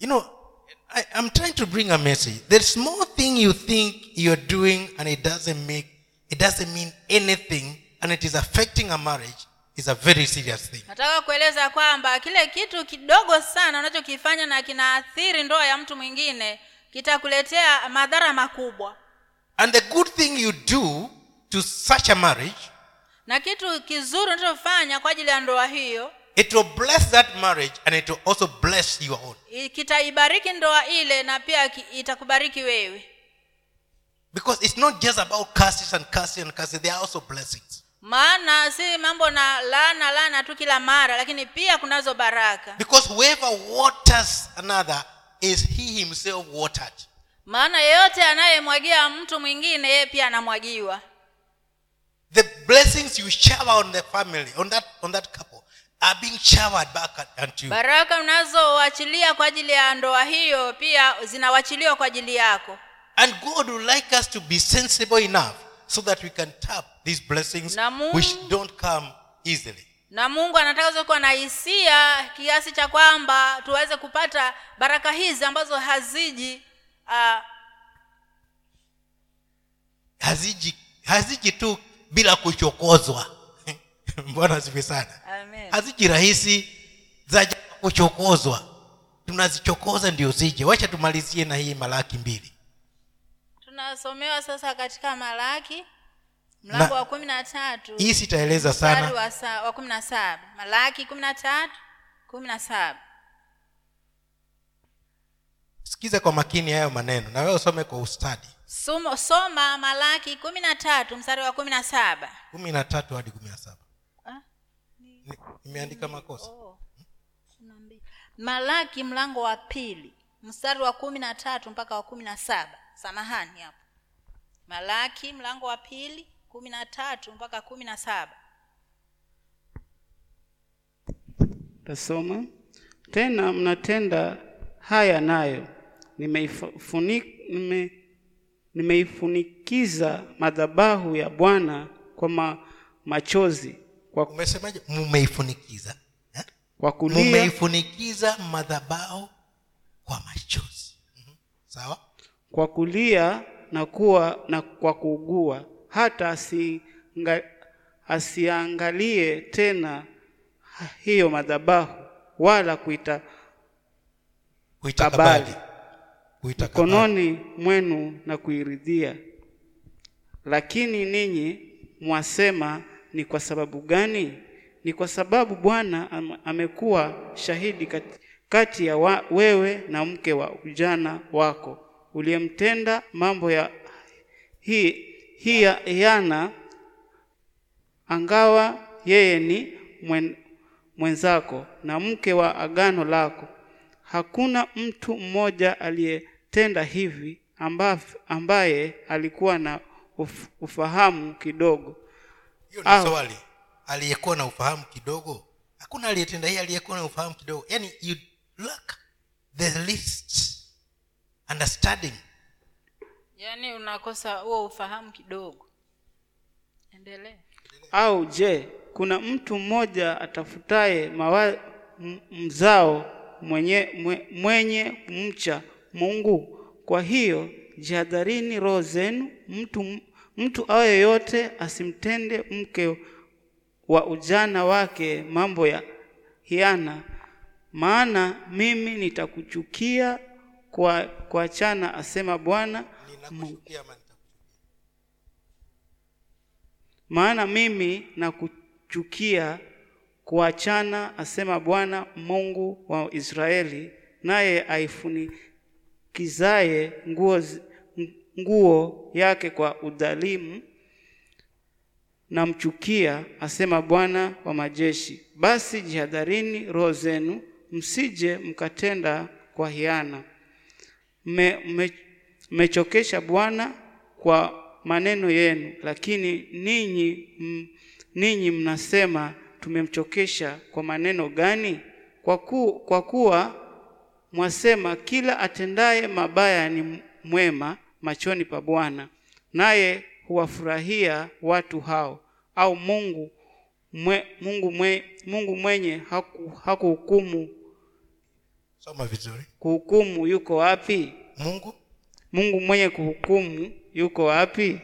you know I, i'm trying to bring a message the small thing you think you're doing and it doesn't make it doesn't mean anything and it is affecting a marriage is a very serious thing nataka kueleza kwamba kile kitu kidogo sana unachokifanya na kinaathiri ndoa ya mtu mwingine kitakuletea madhara makubwa and the good thing you do to such a marriage na kitu kizuri unachofanya kwa ajili ya ndoa hiyo it will bless that marriage and it will also bless your own i- kitaibariki ndoa ile na pia ki- itakubariki wewe because it's not just about curses and curses and curses there are also blessings maana si mambo na laana laana tu kila mara lakini pia kunazo baraka because whoever waters another is he himself watered maana yeyote anayemwagia mtu mwingine yeye pia anamwagiwa the blessings you shower on the family on that on that couple are being showered back at, at you baraka unazoachilia kwa ajili ya ndoa hiyo pia zinawachiliwa kwa ajili yako and god would like us to be sensible enough so that we can tap these blessings Na Mungu- which don't come easily na mungu anataka tuweze kuwa na hisia kiasi cha kwamba tuweze kupata baraka hizi ambazo haziji uh, haziji haziji tu bila kuchokozwa mbona sivi sana amen. haziji rahisi za kuchokozwa tunazichokoza ndio zije wacha tumalizie na hii malaki mbili tunasomewa sasa katika malaki mlango Na- wa kumi na tatu hii sitaeleza mstari sana wa, sa, wa kumi na saba malaki kumi na tatu kumi na saba sikiza kwa makini hayo maneno na wewe usome kwa ustadi Somo- soma malaki kumi na tatu mstari wa kumi na saba kumi na tatu hadi kumi na saba Ah, Ni- nimeandika makosa Oh, kuna mbili. malaki mlango wa pili mstari wa kumi na tatu mpaka wa kumi na saba samahani hapo malaki mlango wa pili kumi na tatu mpaka kumi na saba Tasoma tena, mnatenda haya nayo, nimeifuni- nime- nimeifunikiza madhabahu ya Bwana kwa ma, machozi kwa, umesemaje mumeifunikiza eh? kwa kulia mumeifunikiza madhabao kwa machozi Mhm. sawa kwa kulia na kuwa na kwa kuugua, hata asianga, asiangalie tena hiyo madhabahu wala kuita kuitakabali Kabali. kuitakabali mkononi mwenu na kuiridhia. Lakini ninyi mwasema, ni kwa sababu gani? Ni kwa sababu Bwana am- amekuwa shahidi kati, kati ya wa, wewe na mke wa ujana wako uliyemtenda mambo ya hi, hi, yana angawa yeye ni mwen, mwenzako na mke wa agano lako. Hakuna mtu mmoja aliyetenda hivi ambaf, ambaye alikuwa na uf, ufahamu kidogo. hiyo Ah. ni swali aliyekuwa na ufahamu kidogo hakuna aliyetenda hii aliyekuwa na ufahamu kidogo yani you lack the least understanding yaani unakosa huo ufahamu kidogo endelee Au je, kuna mtu mmoja atafutaye mawa, m- mzao mwenye, mwe- mwenye kumcha Mungu? Kwa hiyo jihadharini roho zenu, mtu, mtu awe yoyote asimtende mke wa ujana wake mambo ya hiana, maana mimi nitakuchukia kwa kuachana, asema Bwana Mungu. ninakuchukia ama nitakuchukia maana mimi nakuchukia kuachana, asema Bwana Mungu wa Israeli, naye aifunikizaye nguo, zi- nguo yake kwa udhalimu namchukia, asema Bwana wa majeshi. Basi jihadharini roho zenu, msije mkatenda kwa hiana. Mme- mme- Mmechokesha Bwana kwa maneno yenu, lakini ninyi m- ninyi mnasema tumemchokesha kwa maneno gani? Kwa, ku, kwa kuwa mwasema kila atendaye mabaya ni mwema machoni pa Bwana, naye huwafurahia watu hao. Au Mungu mwe, Mungu, mwe, Mungu mwenye haku- hakuhukumu soma vizuri kuhukumu yuko wapi? mungu Mungu mwenye kuhukumu yuko wapi?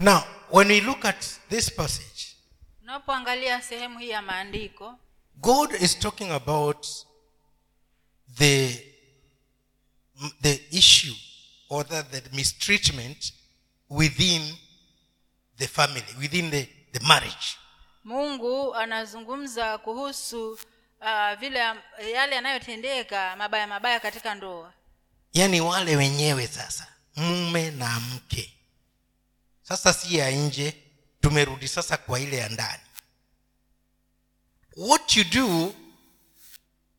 now when we look at this passage unapoangalia sehemu hii ya maandiko god is talking about the, the issue or the, the mistreatment within the family within the, the marriage mungu anazungumza kuhusu uh, vile yale yanayotendeka mabaya mabaya katika ndoa yaani wale wenyewe sasa mume na mke sasa si ya nje tumerudi sasa kwa ile ya ndani what you do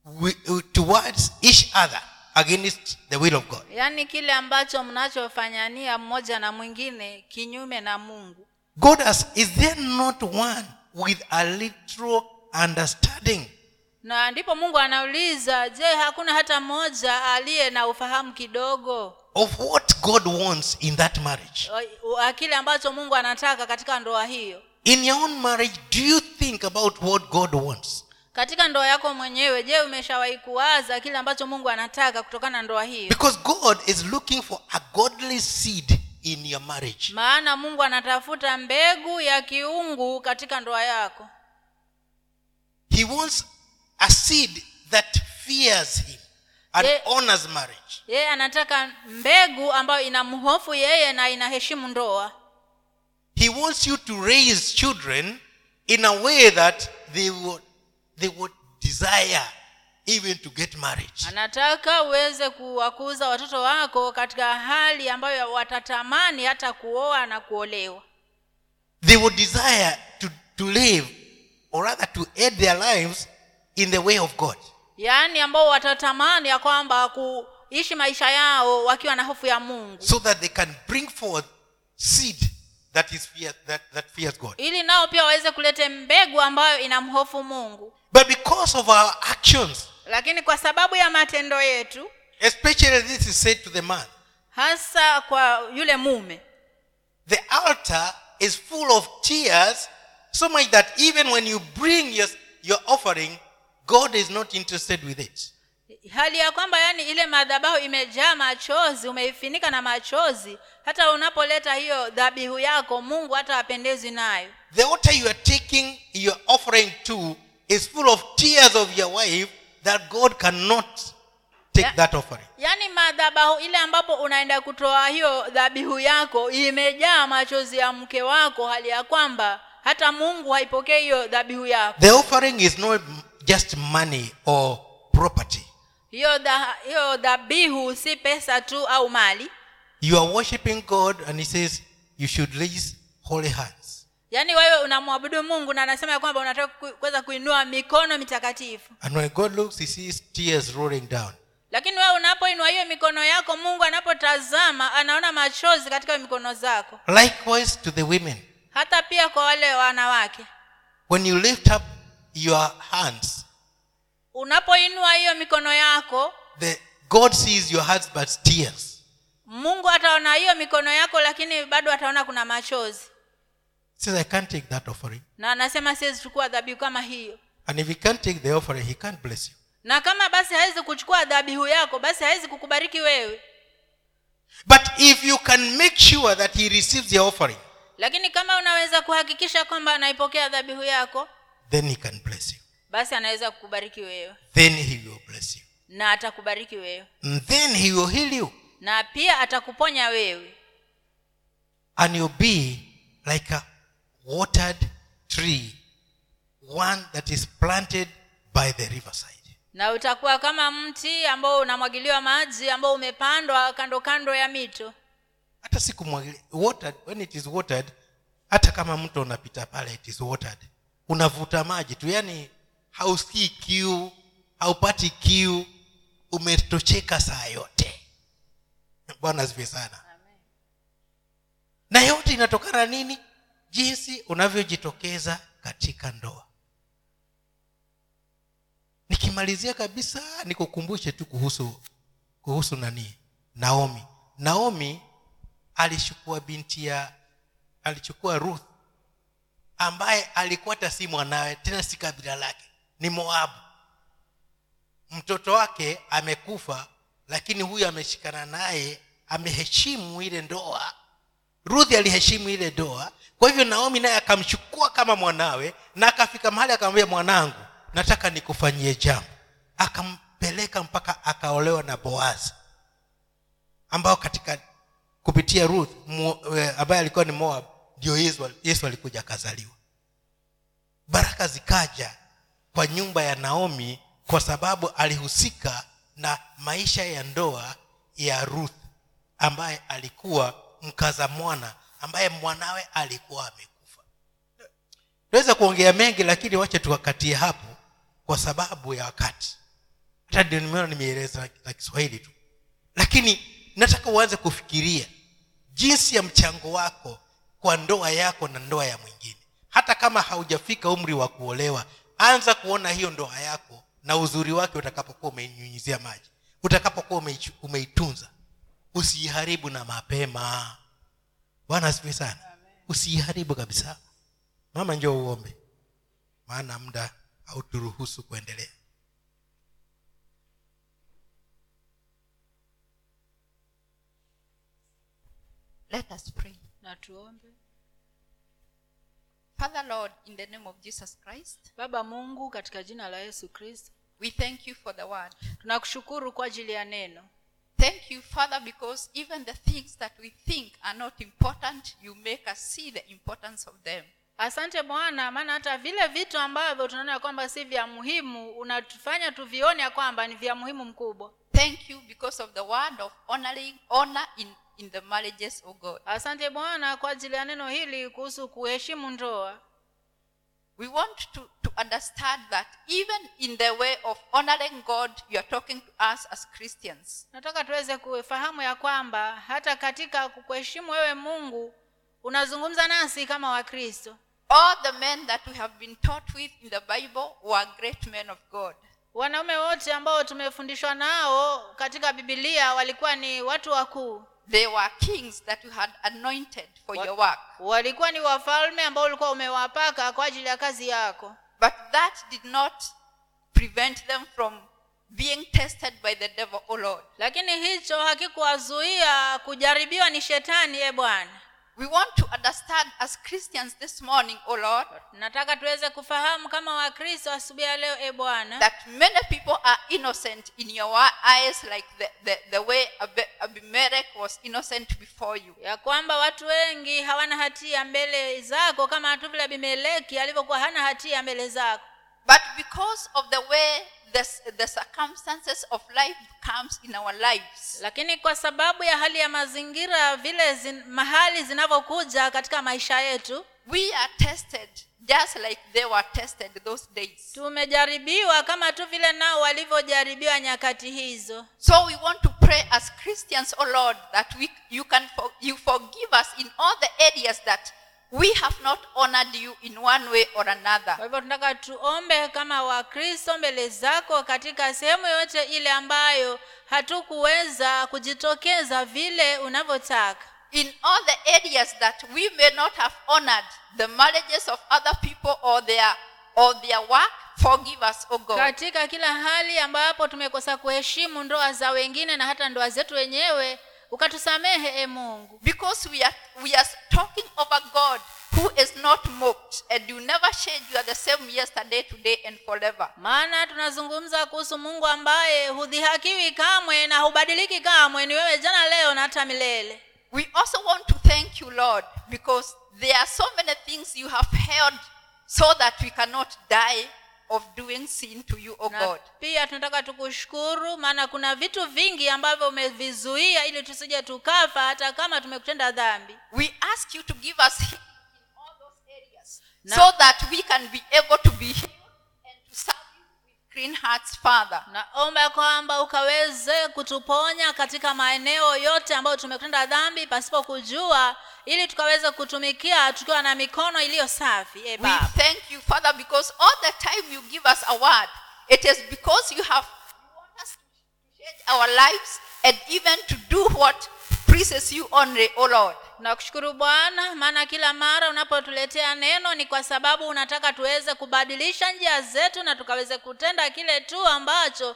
wi- uh, towards each other against the will of god yaani kile ambacho mnachofanyania mmoja na mwingine kinyume na mungu god has, is there not one with a literal understanding na ndipo mungu anauliza je hakuna hata mmoja aliye na ufahamu kidogo of what god wants in that marriage wa- wa kile ambacho mungu anataka katika ndoa hiyo in your own marriage do you think about what god wants katika ndoa yako mwenyewe je umeshawahi kuwaza kile ambacho mungu anataka kutokana na ndoa hiyo Because God is looking for a godly seed in your marriage. maana mungu anatafuta mbegu ya kiungu katika ndoa yako He wants a seed that fears Him and Yeah. honors marriage. yeye anataka mbegu ambayo inamhofu yeye na inaheshimu ndoa He wants you to raise children in a way that they would, they would desire even to get married. anataka uweze kuwakuza watoto wako katika hali ambayo watatamani hata kuoa na kuolewa They would desire to, to live or rather to aid their lives in the way of God. yaani ambao watatamani ya kwamba kuishi maisha yao wakiwa na hofu ya mungu So that they can bring forth seed that is fear, that, that fears God. ili nao pia waweze kulete mbegu ambayo inamhofu mungu But because of our actions, lakini kwa sababu ya matendo yetu Especially this is said to the man. hasa kwa yule mume The altar is full of tears, so much that even when you bring your, your offering, God is not interested with it. hali ya kwamba yani ile madhabahu imejaa machozi umeifinika na machozi hata unapoleta hiyo dhabihu yako mungu hata hapendezwi nayo The altar you are taking your offering to is full of tears of your wife that God cannot take Yeah. that offering. yaani madhabahu ile ambapo unaenda kutoa hiyo dhabihu yako imejaa machozi ya mke wako hali ya kwamba hata mungu haipokei hiyo dhabihu yako The offering is not just money or property. hiyo dha- hiyo dhabihu si pesa tu au mali You are worshiping God, and He says, You should raise holy hands. yaani wewe unamwabudu mungu na anasema ya kwamba unataka ku- kuweza kuinua mikono mitakatifu And when God looks, He sees tears rolling down. lakini wewe unapoinua hiyo mikono yako mungu anapotazama anaona machozi katika mikono zako Likewise to the women, hata pia kwa wale wanawake when you lift up your hands, unapoinua hiyo mikono yako the God sees your husband's tears. mungu ataona hiyo mikono yako lakini bado ataona kuna machozi He says, I can't take that offering. na anasema siwezi chukua dhabihu kama hiyo And if he can't take the offering, he can't bless you. na kama basi hawezi kuchukua dhabihu yako basi hawezi kukubariki wewe But if you can make sure that he receives your offering, lakini kama unaweza kuhakikisha kwamba anaipokea dhabihu yako then he can bless you. basi anaweza kukubariki wewe Then he will bless you. na atakubariki wewe And then he will heal you. na pia atakuponya wewe And you'll be like a watered tree, one that is planted by the riverside. na utakuwa kama mti ambao unamwagiliwa maji ambao umepandwa kando kando ya mito hata sikumwagilia watered when it is watered hata kama mto unapita pale it is watered unavuta maji tu yani hausikii kiu haupati kiu umetocheka saa yote bwana asifiwe sana na yote inatokana na nini jinsi unavyojitokeza katika ndoa nikimalizia kabisa nikukumbushe tu kuhusu kuhusu nani naomi naomi alichukua binti ya alichukua ruth ambaye alikuwa hata si mwanawe tena si kabila lake ni moabu mtoto wake amekufa lakini huyu ameshikana naye ameheshimu ile ndoa ruthi aliheshimu ile ndoa kwa hivyo naomi naye akamchukua kama mwanawe na akafika mahali akamwambia mwanangu nataka nikufanyie jambo akampeleka mpaka akaolewa na boazi ambao katika kupitia ruth mu- e, ambaye alikuwa ni moab ndio yesu, yesu alikuja akazaliwa baraka zikaja kwa nyumba ya naomi kwa sababu alihusika na maisha ya ndoa ya ruth ambaye alikuwa mkaza mwana ambaye mwanawe alikuwa amekufa naweza kuongea mengi lakini wache tukakatie hapo kwa sababu ya wakati hata ndio nimeona nimeeleza na kiswahili tu lakini nataka uanze kufikiria jinsi ya mchango wako kwa ndoa yako na ndoa ya mwingine hata kama haujafika umri wa kuolewa anza kuona hiyo ndoa yako na uzuri wake utakapokuwa umeinyunyizia maji utakapokuwa umeichu- umeitunza usiiharibu na mapema bwana asifiwe sana usiiharibu kabisa mama njoo uombe maana muda hauturuhusu kuendelea Let us pray. na tuombe Father Lord, in the name of Jesus Christ, baba mungu katika jina la yesu kristo we thank you for the word. tunakushukuru kwa ajili ya neno Thank you, Father, because even the things that we think are not important, you make us see the importance of them. asante bwana maana hata vile vitu ambavyo tunaona ya kwamba si vya muhimu unatufanya tuvione ya kwamba ni vya muhimu mkubwa Thank you because of the word of honoring honor in, in the marriages of God. asante bwana kwa ajili ya neno hili kuhusu kuheshimu ndoa We want to, to understand that even in the way of honoring God, you are talking to us as Christians. nataka tuweze kufahamu ya kwamba hata katika kukuheshimu wewe mungu unazungumza nasi kama wakristo All the men that we have been taught with in the Bible were great men of God. wanaume wote ambao tumefundishwa nao katika bibilia walikuwa ni watu wakuu They were kings that you had anointed for What? your work. walikuwa ni wafalme ambao ulikuwa umewapaka kwa ajili ya kazi yako But that did not prevent them from being tested by the devil, O Lord. lakini hicho hakikuwazuia kujaribiwa ni shetani ye bwana We want to understand as Christians this morning, O Lord, nataka tuweze kufahamu kama wakristo asubuhi ya leo e bwana that many people are innocent in your wa- eyes, like the, the, the way Abe- Abimelech was innocent before you. ya kwamba watu wengi hawana hatia mbele zako kama tu vile abimeleki alivyokuwa hana hatia mbele zako But because of the way the, s- the circumstances of life comes in our lives, lakini kwa sababu ya hali ya mazingira vile zin, mahali zinavyokuja katika maisha yetu we are tested just like they were tested those days. tumejaribiwa kama tu vile nao walivyojaribiwa nyakati hizo So we want to pray as Christians, O Lord, that we you can for, you forgive us in all the areas that we have not honored you in one way or kwa another. hivyo tunataka tuombe kama wakristo mbele zako katika sehemu yoyote ile ambayo hatukuweza kujitokeza vile unavyotaka In all the areas that we may not have honored the marriages of other people or their or their work, forgive us, O God. katika kila hali ambapo tumekosa kuheshimu ndoa za wengine na hata ndoa zetu wenyewe ukatusamehe e mungu Because we are we are talking of a God who is not mocked and you never change, you are the same yesterday, today and forever. maana tunazungumza kuhusu mungu ambaye hudhihakiwi kamwe na hubadiliki kamwe ni wewe jana leo na hata milele We also want to thank you, Lord, because there are so many things you have held so that we cannot die of doing sin to you, O na God. pia tunataka tukushukuru maana kuna vitu vingi ambavyo umevizuia ili tusije tukafa hata kama tumekutenda dhambi We ask you to give us healing in all those areas Now- so that we can be able to be healed and to serve you with clean hearts, Father. naomba ya kwamba ukaweze kutuponya katika maeneo yote ambayo tumetenda dhambi pasipo kujua ili tukaweze kutumikia tukiwa na mikono iliyo safi e We baba thank you, Father, because all the time you give us a word, it is because you have you want us to change our lives and even to do what pleases you only, O Lord. nakushukuru bwana maana kila mara unapotuletea neno ni kwa sababu unataka tuweze kubadilisha njia zetu na tukaweze kutenda kile tu ambacho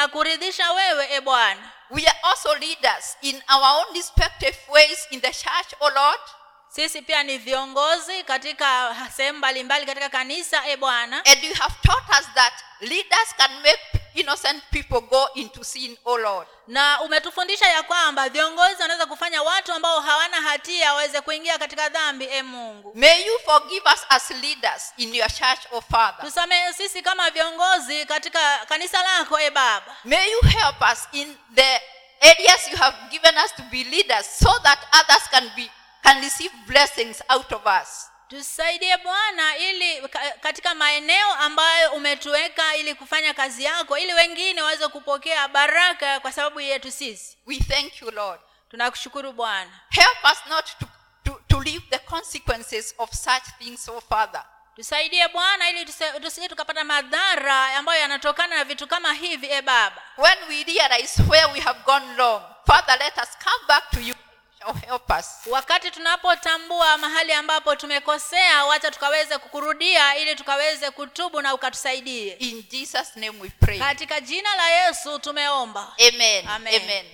kinakuridhisha wewe e bwana We are also leaders in our own respective ways in the church, O Lord, sisi pia ni viongozi katika sehemu mbalimbali katika kanisa e bwana and you have taught us that leaders can make innocent people go into sin, O Lord. na umetufundisha ya kwamba viongozi wanaweza kufanya watu ambao hawana hatia waweze kuingia katika dhambi e mungu May you forgive us as leaders in your church, O Father. tusamehe sisi kama viongozi katika kanisa lako e baba May you help us in the areas you have given us to be leaders so that others can be can receive blessings out of us. tusaidie bwana ili ka- katika maeneo ambayo umetuweka ili kufanya kazi yako ili wengine waweze kupokea baraka kwa sababu yetu sisi We thank you, Lord. tunakushukuru bwana Help us not to, to, to live the consequences of such things, O Father. tusaidie bwana ili tusi- tusije tukapata madhara ambayo yanatokana na vitu kama hivi e baba When we realize where we have gone wrong, Father, let us come back to you. You Shall help us. wakati tunapotambua mahali ambapo tumekosea wacha tukaweze kukurudia ili tukaweze kutubu na ukatusaidie In Jesus' name we pray. katika jina la yesu tumeomba Amen. Amen. Amen.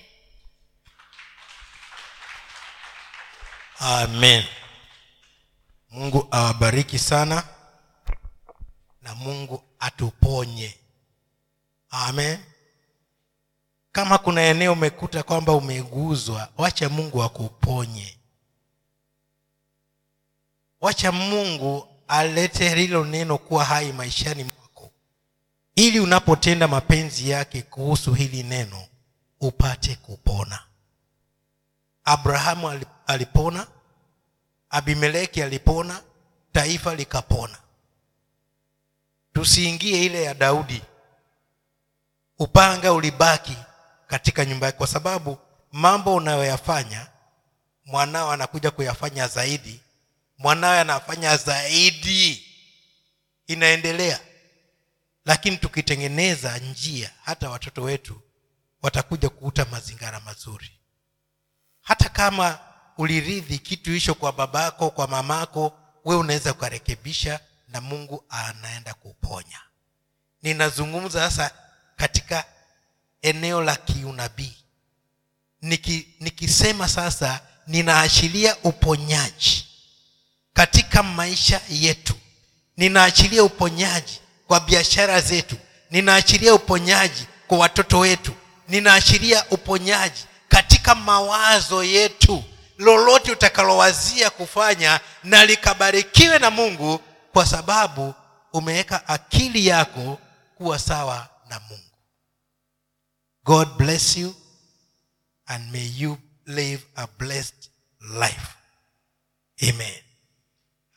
amen mungu awabariki sana na mungu atuponye amen kama kuna eneo umekuta kwamba umeguzwa wacha mungu akuponye wacha mungu alete hilo neno kuwa hai maishani mwako ili unapotenda mapenzi yake kuhusu hili neno upate kupona abrahamu ali- alipona abimeleki alipona taifa likapona tusiingie ile ya daudi upanga ulibaki katika nyumba yake kwa sababu mambo unayoyafanya mwanao anakuja kuyafanya zaidi mwanawe anafanya zaidi inaendelea lakini tukitengeneza njia hata watoto wetu watakuja kukuta mazingira mazuri hata kama ulirithi kitu hicho kwa babako kwa mamako we unaweza ukarekebisha na mungu anaenda kuponya ninazungumza sasa katika eneo la kiunabii Niki, nikisema sasa ninaashiria uponyaji katika maisha yetu ninaachilia uponyaji kwa biashara zetu ninaachilia uponyaji kwa watoto wetu ninaachilia uponyaji katika mawazo yetu lolote utakalowazia kufanya na likabarikiwe na mungu kwa sababu umeweka akili yako kuwa sawa na mungu god bless you and may you live a blessed life amen